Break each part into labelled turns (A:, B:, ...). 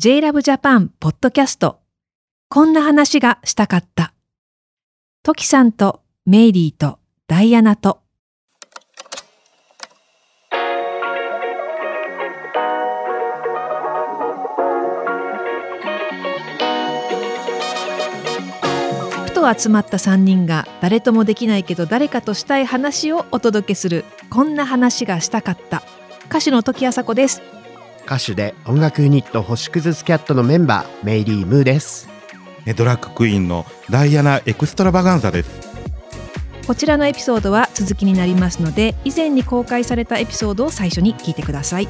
A: JLove Japan ポッドキャスト。こんな話がしたかった。トキさんとメイリーとダイアナと。ふと集まった3人が誰ともできないけど誰かとしたい話をお届けするこんな話がしたかった歌手の時あさこです
B: 歌手で音楽ユニット星屑スキャットのメンバーメイリー・ムーです
C: ねドラッグクイーンのダイアナ・エクストラバガンザです。
A: こちらのエピソードは続きになりますので以前に公開されたエピソードを最初に聞いてください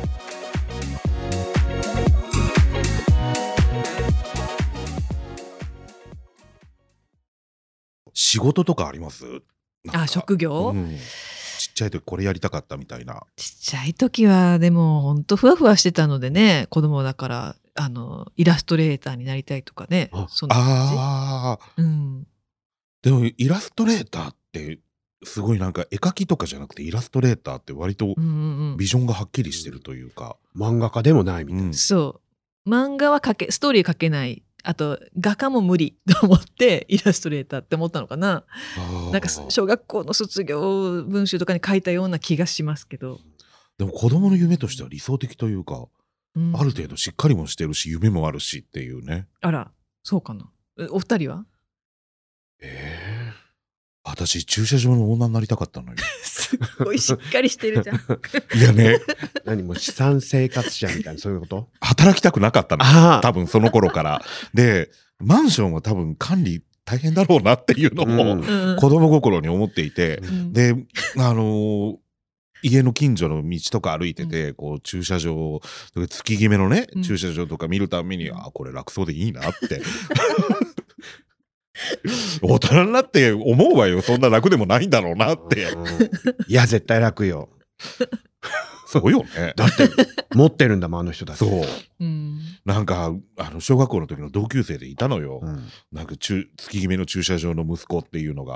C: 仕事とかあります
A: あ職業、
C: うんちっちゃい時これやりたかったみたいな。
A: ちっちゃい時はでもほんとふわふわしてたのでね子供だからあのイラストレーターになりたいとかね
B: あ
A: そんな感
C: ああ
A: じ、うん、
C: でもイラストレーターってすごいなんか絵描きとかじゃなくてイラストレーターって割と
A: うんうんう
C: ビジョンがはっきりしてるというか。
B: 漫画家でもないみたい
C: うん
A: んそう漫画は描けストーリー描けないあと画家も無理と思ってイラストレーターって思ったのかな
C: あー
A: なんか小学校の卒業文集とかに書いたような気がしますけど、
C: でも子供の夢としては理想的というか、
A: うん
C: ある程度しっかりもしてるし夢もあるしっていうね。
A: あら、そうかな。えお二人は
C: ええ私駐車場のオーナーになりたかったのよ。
A: すっごいしっかりしてる じゃん。
C: いやね
B: な何も資産生活者みたいなそういうこと
C: 働きたくなかったの。
B: あ
C: 多分その頃から。で、マンションは多分管理大変だろうなっていうの
B: う
C: も
B: ん
A: うん
C: 子供心に思っていて、
A: うん
C: で、あのー家の近所の道とか歩いてて、こう駐車場、月決めのね
A: うん、
C: 駐車場とか見るたんびに、
A: うん
C: あ、これ楽そうでいいなって。 大人になって思うわよ。そんな楽でもないんだろうなって。
B: いや絶対楽よ
C: そうよね。
B: だ って持ってるんだもんあの人だって
C: そう。
A: うん
C: なんか、あの、小学校の時の同級生でいたのよ。
B: うん
C: なんか中月決めの駐車場の息子っていうのが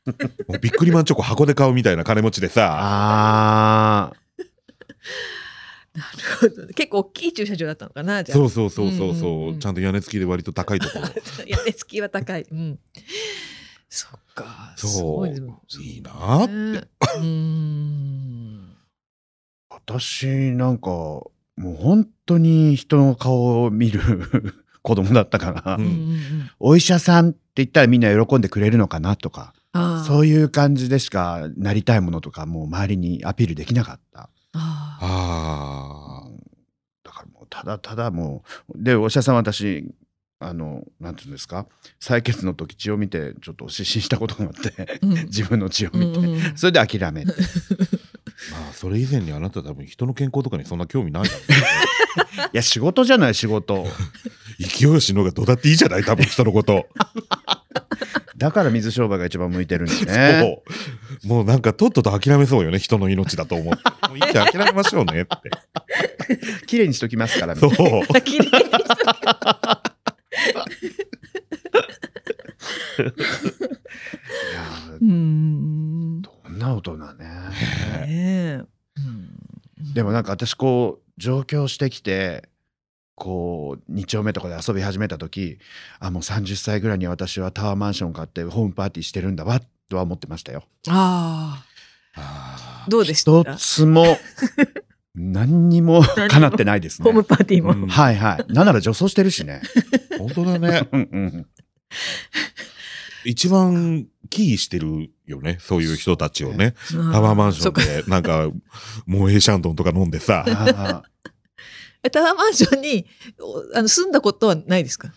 C: もうビックリマンチョコ箱で買うみたいな金持ちでさ
B: あ
A: なるほどね結構大きい駐車場だったのかな、じゃあ。
C: そうそうそうそうそう,、
A: うんうんうん
C: ちゃんと屋根付きで割と高いところ
A: 屋根付きは高い。うん。そっか。
C: そう
A: すごい
C: いいなあって、
A: ねうん。
B: ー私なんかもう本当に人の顔を見る 子供だったから、
C: うん
B: お医者さんって言ったらみんな喜んでくれるのかなとか
A: あ。
B: そうういう感じでしかなりたいものとかもう周りにアピールできなかった
A: あ
C: あ
B: うんだからもうただただもうでお医者さんは私あのなんていうんですか採血の時血を見てちょっと失神したことがあって
A: ー
B: 自分の血を
A: うん
B: 見て、
A: うんうん
B: それで諦め て
C: ーまあそれ以前にあなた多分人の健康とかにそんな興味ないだろ
B: いや仕事じゃない仕事
C: う勢いをしのがどうだっていいじゃない多分人 のこと、
B: だから水商売が一番向いてるんですね
C: そうもうなんかとっとと諦めそうよね人の命だと思ってもういいじゃん諦めましょう ねって
B: 綺麗にしときますからね
C: そう
A: 綺麗にし
B: いやー
A: うん。ね
B: どんな大人 ね
A: えうん
B: でもなんか私こう上京してきてこう2丁目とかで遊び始めた時あもう30歳ぐらいには私はタワーマンション買ってホームパーティーしてるんだわとは思ってましたよ。
A: あ
C: あ
A: あ。どうでし
B: 一
A: た
B: つも何にも
A: 何にも
B: かなってないです
A: ホー
B: ね
A: ム。パーティー
C: ー
A: も。
C: うん
B: はいはい。なんなら女装してるしね。
C: 本当だね
B: うんうん
C: 一番キーしてるよね。そういう人たちをね。
A: うん
C: タワーマンショ
A: そっか
C: ンで、なんか、モエシャンドンとか飲んでさ
B: あ。ー
A: タワーマンションにおあの住んだことはないですか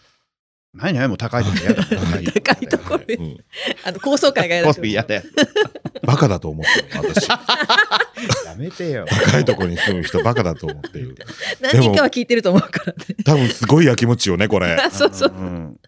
B: ないないもう高いとこ嫌だ。
A: 高いと ころ
B: はい
A: で
C: うん
A: あの高層階が嫌だ
B: 高い
A: った
B: とこ嫌だよ。
C: バカだと思ってるの私。
B: やめてよ。
C: 高いところに住む人バカだと思って る。
A: 何人かは聞いてると思うからね。
C: 多分すごいやきもちよね、これ。
A: あ そうそう。
B: ん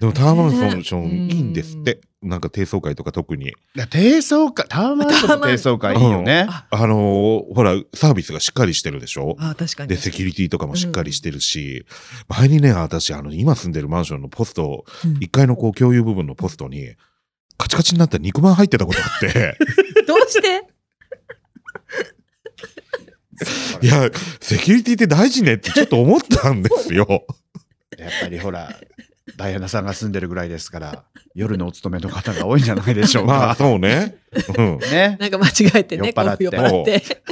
C: でもタワーマンショ
A: ね
C: ンいいんですって。なんか低層階とか特に。
B: いや低層階タワーマンションの低層階いいよね。
A: あ
C: あのーほら、サービスがしっかりしてるでしょ
A: あ確かに。
C: で、セキュリティとかもしっかりしてるし、前にね、私、あの、今住んでるマンションのポストを
A: うん
C: 1階のこう共有部分のポストに、カチカチになった肉まん入ってたことあって、
A: どうして
C: いや、セキュリティって大事ねってちょっと思ったんですよ。
B: やっぱりほら、 ダイアナさんが住んでるぐらいですから、夜のお勤めの方が多いんじゃないでしょう
C: ま
B: か。
C: あ、そうね。うん。
B: ね。
A: なんか間違えてね、
B: 酔っ払って
A: こう酔っ払って。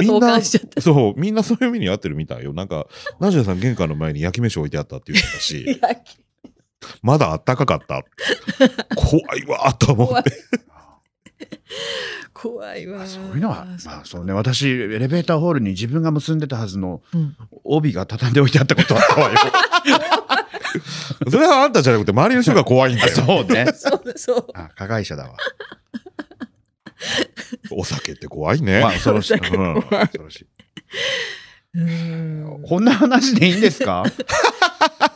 C: みん
A: 交
C: な
A: 換しちゃっ、
C: そう、みんなそういう目に遭ってるみたいよ。なんか、ナジャさん玄関の前に焼き飯置いてあったって言ってたし。
A: いや
C: まだあったかかった。怖いわと思って。
A: 怖いわ
B: ま
A: ー。
B: あ、そういうのは、まあそうね、私、エレベーターホールに自分が結んでたはずの
A: うん
B: 帯が畳んでおいてあったことは怖いよ。
C: それはあんたじゃなくて、周りの人が怖い んだ よ。
B: そうね。
A: そうだそう。
B: あ加害者だわ。
C: お酒って怖いね。
B: まあ恐ろしい。
A: そ うだけど
B: うん恐ろしい。
A: うーん
B: こんな話でいいんです か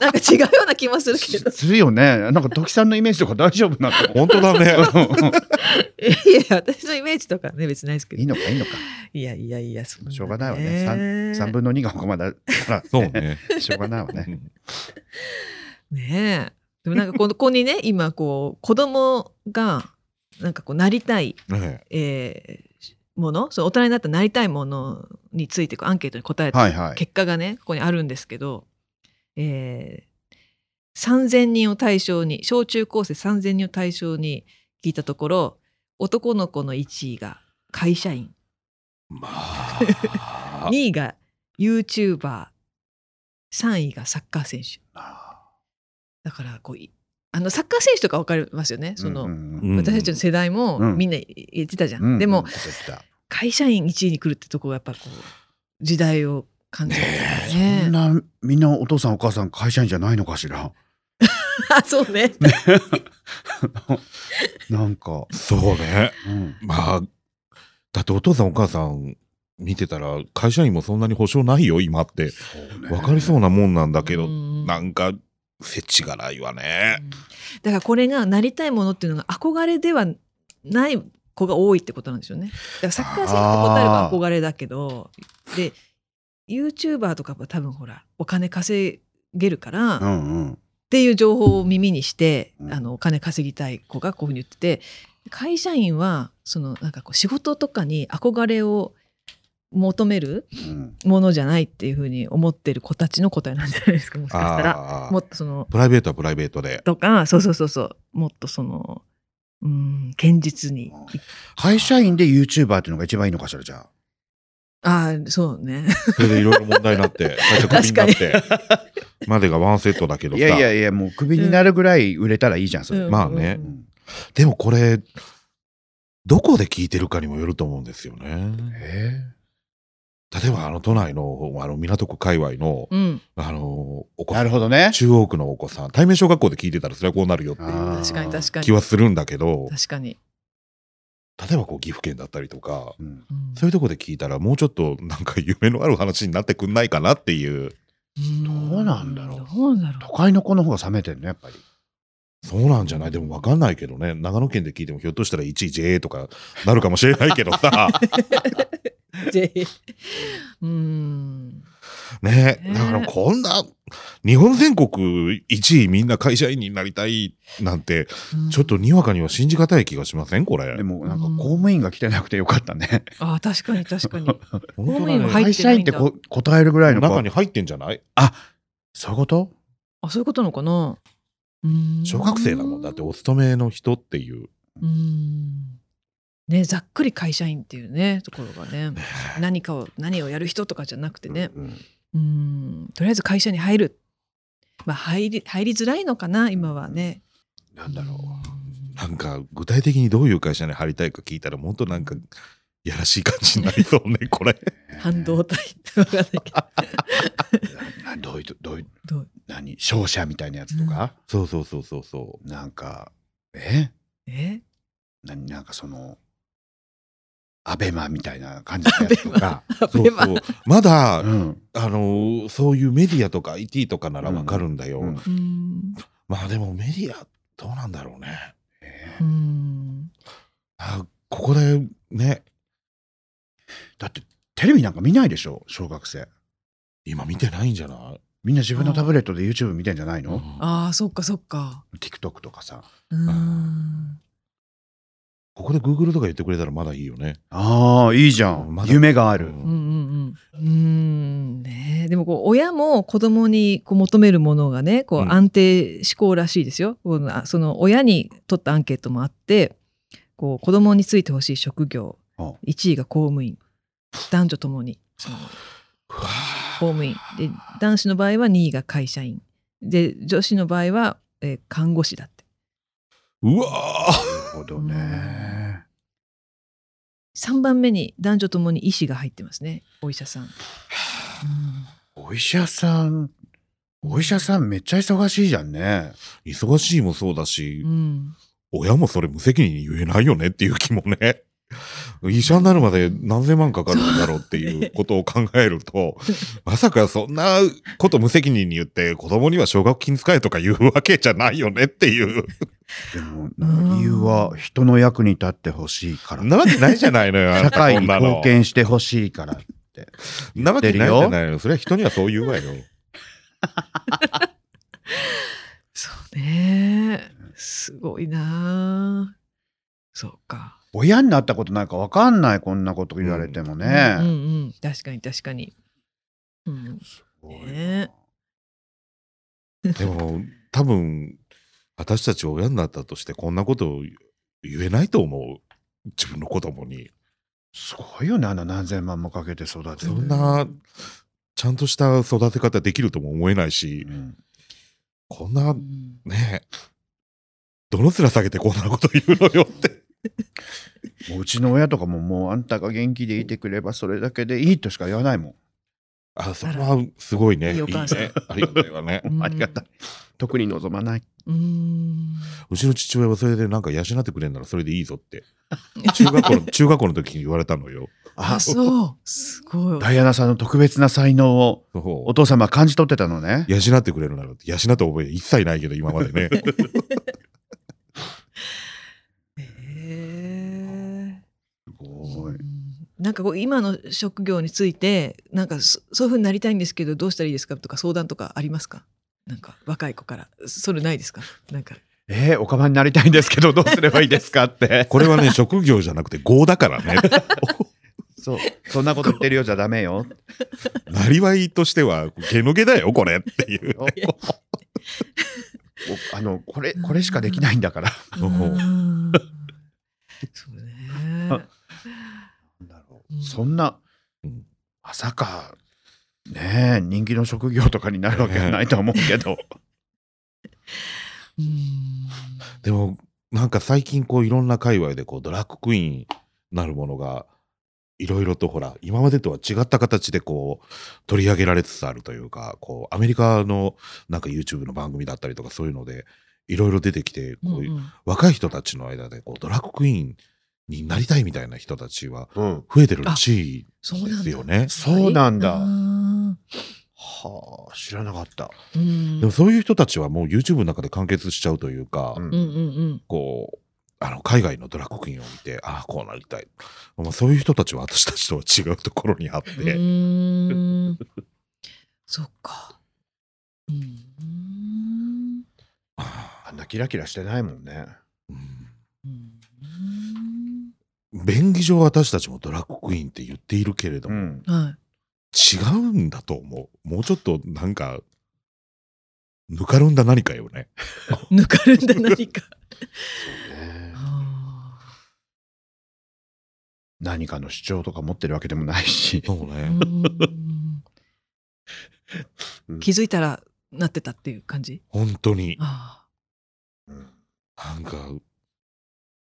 A: なんか違うような気もするけ ど。
B: するよね。なんか、時さんのイメージとか大丈夫なの
C: 本当だね。
A: いやいや、私のイメージとかね、別にないですけ
B: いい
A: ど。
B: のか、いいのか。
A: いやいやいや、そんなね
B: しょうがないわね。三三分の二がここまでだか
C: そうね。
B: ら、しょうがないわね。
A: ねえ。でも なんかこのここにね、今こう、子供が、なんかこう、なりたい、
C: ね
A: えーもの、その大人になったらなりたいものについてこうアンケートに答えた
B: はいはい。
A: 結果がねここにあるんですけど、えー3,000人を対象に小中高生3,000人を対象に聞いたところ男の子の1位が会社員
C: ま あ
A: 2位が YouTuber3 位がサッカー選手だからこういあのサッカー選手とか分かりますよねその、
B: うんうんうん
C: うん
A: 私たちの世代も
B: うん
A: みんな言ってたじゃん、
B: うん
A: でも、
B: 絶対
A: 会社員1位に来るってとこがやっぱこう時代を感じる
B: そん
A: ね
B: なみんなお父さんお母さん会社員じゃないのかしら
A: あ そうね
B: なんか、
C: そうね。
B: うん、
C: まあ、だってお父さんお母さん見てたら、会社員もそんなに保証ないよ、今って。
B: そうね
C: わかりそうなもんなんだけど、
A: うん
C: なんか、せちがらいわね。
A: だからこれがなりたいものっていうのが憧れではない子が多いってことなんですよね。だからサッカー選手の答えが憧れだけどで YouTuber とかは多分ほらお金稼げるから、
B: う
A: っ
B: んうん
A: ていう情報を耳にして、
B: うん
A: あのお金稼ぎたい子がこういうふうに言ってて会社員はそのなんかこう仕事とかに憧れを求める
B: うん
A: ものじゃないっていうふうに思ってる子たちの答えなんじゃないですかもしかしたら。
C: あ
A: も
C: あ
A: っとその
C: プライベートはプライベートで。
A: とかそうそうそうそうもっとそのうん堅実に
B: 会社員で YouTuber っていうのが一番いいのかしらじゃ
A: ああそうね
C: それでいろいろ問題に なって、会社クビになって、までがワンセットだけ
B: あ
C: ど
B: い
C: さ。
B: やいやいやもうクビになるぐらい売れたらいいじゃんそれ、
A: うん
C: まあね
A: うん
B: うん
C: でもこれ、どこで聞いてるかにもよると思うんですよね。
B: え
C: 例えばあの都内の、あの港区界隈の、
A: うん
C: あの、お
B: ー
C: 子
B: な
C: さ
B: る
C: ん、
B: ほどね
C: 中央区のお子さん、対面小学校で聞いてたらそれはこうなるよっていう
B: あー
A: 確かに確かに
C: 気はするんだけど、
A: 確かに、
C: 例えばこう岐阜県だったりとか、
B: うん
A: うん
C: そういうとこで聞いたらもうちょっとなんか夢のある話になってくんないかなっていう。
A: うん
B: どうなんだろう
A: どうなんだ
B: 都
A: ろ
B: 会の子の方が冷めてるねやっぱり
C: そうなんじゃないでもわかんないけどね。長野県で聞いてもひょっとしたら 1JA とかなるかもしれないけど さ。
A: うでうん
C: ね
A: ね
C: だからこんな、日本全国1位みんな会社員になりたいなんて、ちょっとにわかには信じがたい気がしませんこれ
B: で。もなんか公務員が来てなくてよかったね、
A: ああ確かに確かに
C: 本
A: 務員は入ってないんだ
B: 会社員ってこ答えるぐらいの子
C: 中に入ってんじゃない
B: そういうこと
A: あそういうことなのかなうん
C: 小学生だもん。だってお勤めの人っていう。
A: うんねざっくり会社員っていうねところがね何かを何をやる人とかじゃなくてね、
C: うん
A: うんとりあえず会社に入る、まあ、入り入りづらいのかな今はね。
B: なんだろ
C: なんか具体的にどういう会社に入りたいか聞いたら、もっとなんか、やらしい感じになりそうね、 これ。
B: う
A: 半導体ってわかんないけど
B: などういうとどういう
A: どう
B: 何商社みたいなやつとか、
C: そうそうそうそうそ
B: なんかえ
A: え
B: 何なんかそのアベマみたいな感じのやつとか、
A: ア
C: う。そ
A: ベ
C: う
A: マ
C: そう。まだ、
B: うん
C: あのーそういうメディアとか IT とかならわかるんだよ。
B: うん
A: うん
C: まあでもメディア、どうなんだろうね。
B: え
A: う
B: ー
A: ん
C: あここでね
B: だってテレビなんか見ないでしょ小学生
C: 今見てないんじゃない、
B: みんな自分のタブレットで YouTube 見てんじゃないの、
A: ああそっかそっか。
B: TikTok とかさ
A: うん
C: ここで Google とか言ってくれたらまだいいよね。
B: ああいいじゃん、
C: まだ
B: 夢がある、
C: う
A: う
C: ん
A: んうんうんうーんねえでもこう親も子供にこう求めるものがねこ
C: う
A: うん安定思考らしいですよ、こうあその親に取ったアンケートもあってこう子供についてほしい職業
B: あ
A: 1位が公務員男女ともにその
C: うわー
A: 公務員で男子の場合は2位が会社員で女子の場合は、えー看護師だって
C: うわー
B: なるほどね、
A: 3番目に男女ともに医師が入ってますねお医者さん。
B: お医者さんお医者さんめっちゃ忙しいじゃんね
C: 忙しいもそうだし
A: う、ん
C: 親もそれ無責任に言えないよねっていう気もね。医者になるまで何千万かかるんだろうっていうことを考えると、まさかそんなこと無責任に言って子供には奨学金使えとか言うわけじゃないよねっていう。
B: でもなんか理由は人の役に立ってほしいから
C: なわけないじゃないのよ。
B: 社会に
C: あんたこんなの
B: 貢献してほしいから
C: なわけないじゃないのよ。それは人にはそう言うわよ。
A: そうねすごいなあそうか、
B: 親になったことないかわかんないこんなこと言われてもね、
A: うんうん確かに確かに、うん、ね
C: でも多分私たち親になったとしてこんなことを言えないと思う自分の子供に
B: すごいよねあんな何千万もかけて育てて
C: そんなちゃんとした育て方できるとも思えないし
B: うん
C: こんなねどの面下げてこんなこと言うのよって
B: もううちの親とかももうあんたが元気でいてくればそれだけでいいとしか言わないもん
C: あそれはすごいね
A: いいお母さん
C: ねありがたいわね
A: うん
B: ありがたい特に望まないう
A: ーん
C: うちの父親はそれでなんか養ってくれんならそれでいいぞ って中学校の中学校の時に言われたのよ
A: あそうすごい
B: ダイアナさんの特別な才能を
C: そう
B: お父様は感じ取ってたのね
C: 養ってくれるなら養った覚え一切ないけど今までね
A: へえ
B: すごい
A: なんかこう今の職業についてなんかそそういうふうになりたいんですけどどうしたらいいですかとか相談とかありますかなんか若い子からそれないですかなんか
B: えー、おかまになりたいんですけどどうすればいいですかって
C: これはね職業じゃなくて業だか らね
B: そうそんなこと言ってるようじゃダメよ
C: なりわいとしては毛の毛だよこれっていう
B: おあのこれこれしかできないんだから
C: お
A: うーんそうねうん
B: そんな
C: うん
B: まさかねえ人気の職業とかになるわけはないと思うけど、
A: うーん
C: でもなんか最近こういろんな界隈でこうドラッグクイーンなるものがいろいろとほら今までとは違った形でこう取り上げられつつあるというかこうアメリカのなんか YouTube の番組だったりとかそういうのでいろいろ出てきてこういう
A: うん
C: 若い人たちの間でこうドラッグクイーンになりたいみたいな人たちは
B: うん、
C: 増えてるらしい
A: そうなん
C: で
A: だ
C: すよね。
B: そうなんだ
A: うーん
B: はあ知らなかった
A: うん
C: でもそういう人たちはもう YouTube の中で完結しちゃうというか、
B: うん
A: うんうん
C: こう、あの、海外のドラッグクイーンを見て、ああ、こうなりたい。まあ、そういう人たちは私たちとは違うところにあって、
A: うんうーんそっかうーん
C: あ
B: あんなキラキラしてないもんね
C: ー
A: うーん
C: うん便宜上私たちもドラッグクイーンって言っているけれど
B: う
C: も、
B: ん
A: はい
C: 違うんだと思う。もうちょっとなんか、ぬかるんだ何かよね。
A: 抜かるんだ何 か
B: ね
A: あ
B: 何かの主張とか持ってるわけでもないし
C: そう
A: ーう
C: ね。
A: ーん
B: うん
A: 気づいたらなってたっていう感じ
C: 本当に。
A: あ
C: なんか、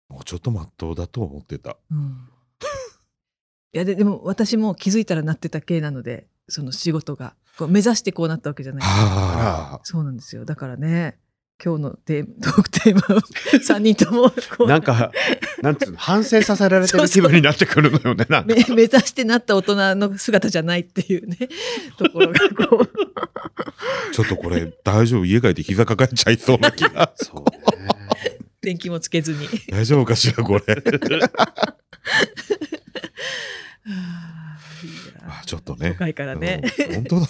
C: もうちょっとまっとうだと思ってた。
A: あうんいやででも私も気づいたらなってた系なのでその仕事がこう目指してこうなったわけじゃない
C: ああ。
A: そうなんですよ。だからね、今日のテーマトークテーマ は三人ともこう
B: なんかなんつうの反省させられてる気分になってくるの よねなん
A: め
B: か
A: 目指してなった大人の姿じゃないっていう ねところがこう
C: ちょっとこれ大丈夫家帰って膝抱えちゃいそうな気 が。
B: そうね
A: 電気もつけずに。
C: 大丈夫かしらこれ
A: はあいや
C: あちょっとね
A: 都会からね。
C: うん本当だ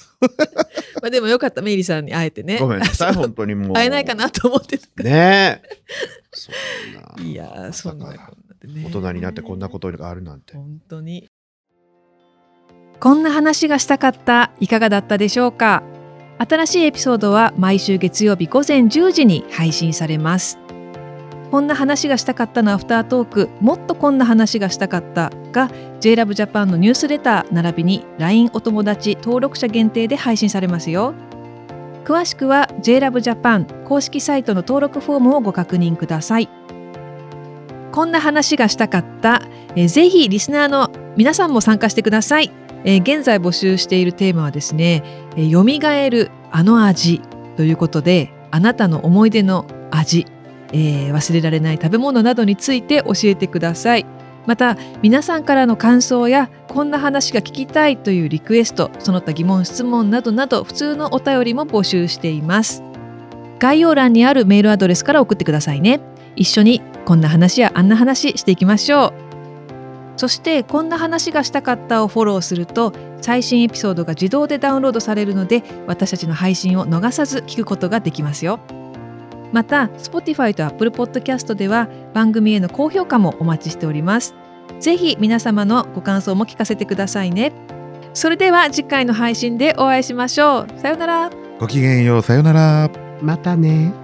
A: まあでもよかったメイリさんに会えてね。
B: ごめんなさい
A: あそう
B: 本当にもう
A: 会えないかなと思ってたか
B: ねえそんな
A: ら。いやーそんなこんな
D: ってね
B: 大人になってこんなことがあるなんて。
D: 本当に
A: こんな話がしたかったいかがだったでしょうか新しいエピソードは毎週月曜日午前10時に配信されますこんな話がしたかったのアフタートークもっとこんな話がしたかったが j l o v e j a p a n のニュースレター並びに LINE お友達登録者限定で配信されますよ詳しくは j l o v e j a p a n 公式サイトの登録フォームをご確認くださいこんな話がしたかったえーぜひリスナーの皆さんも参加してくださいえー現在募集しているテーマはですね「えー蘇るあの味」ということであなたの思い出の味、えー忘れられない食べ物などについて教えてくださいまた皆さんからの感想やこんな話が聞きたいというリクエストその他疑問質問などなど普通のお便りも募集しています概要欄にあるメールアドレスから送ってくださいね一緒にこんな話やあんな話していきましょうそしてこんな話がしたかったをフォローすると最新エピソードが自動でダウンロードされるので私たちの配信を逃さず聞くことができますよまた Spotify と Apple Podcast では番組への高評価もお待ちしておりますぜひ皆様のご感想も聞かせてくださいねそれでは次回の配信でお会いしましょうさようなら
C: ごきげんようさよなら
E: またね。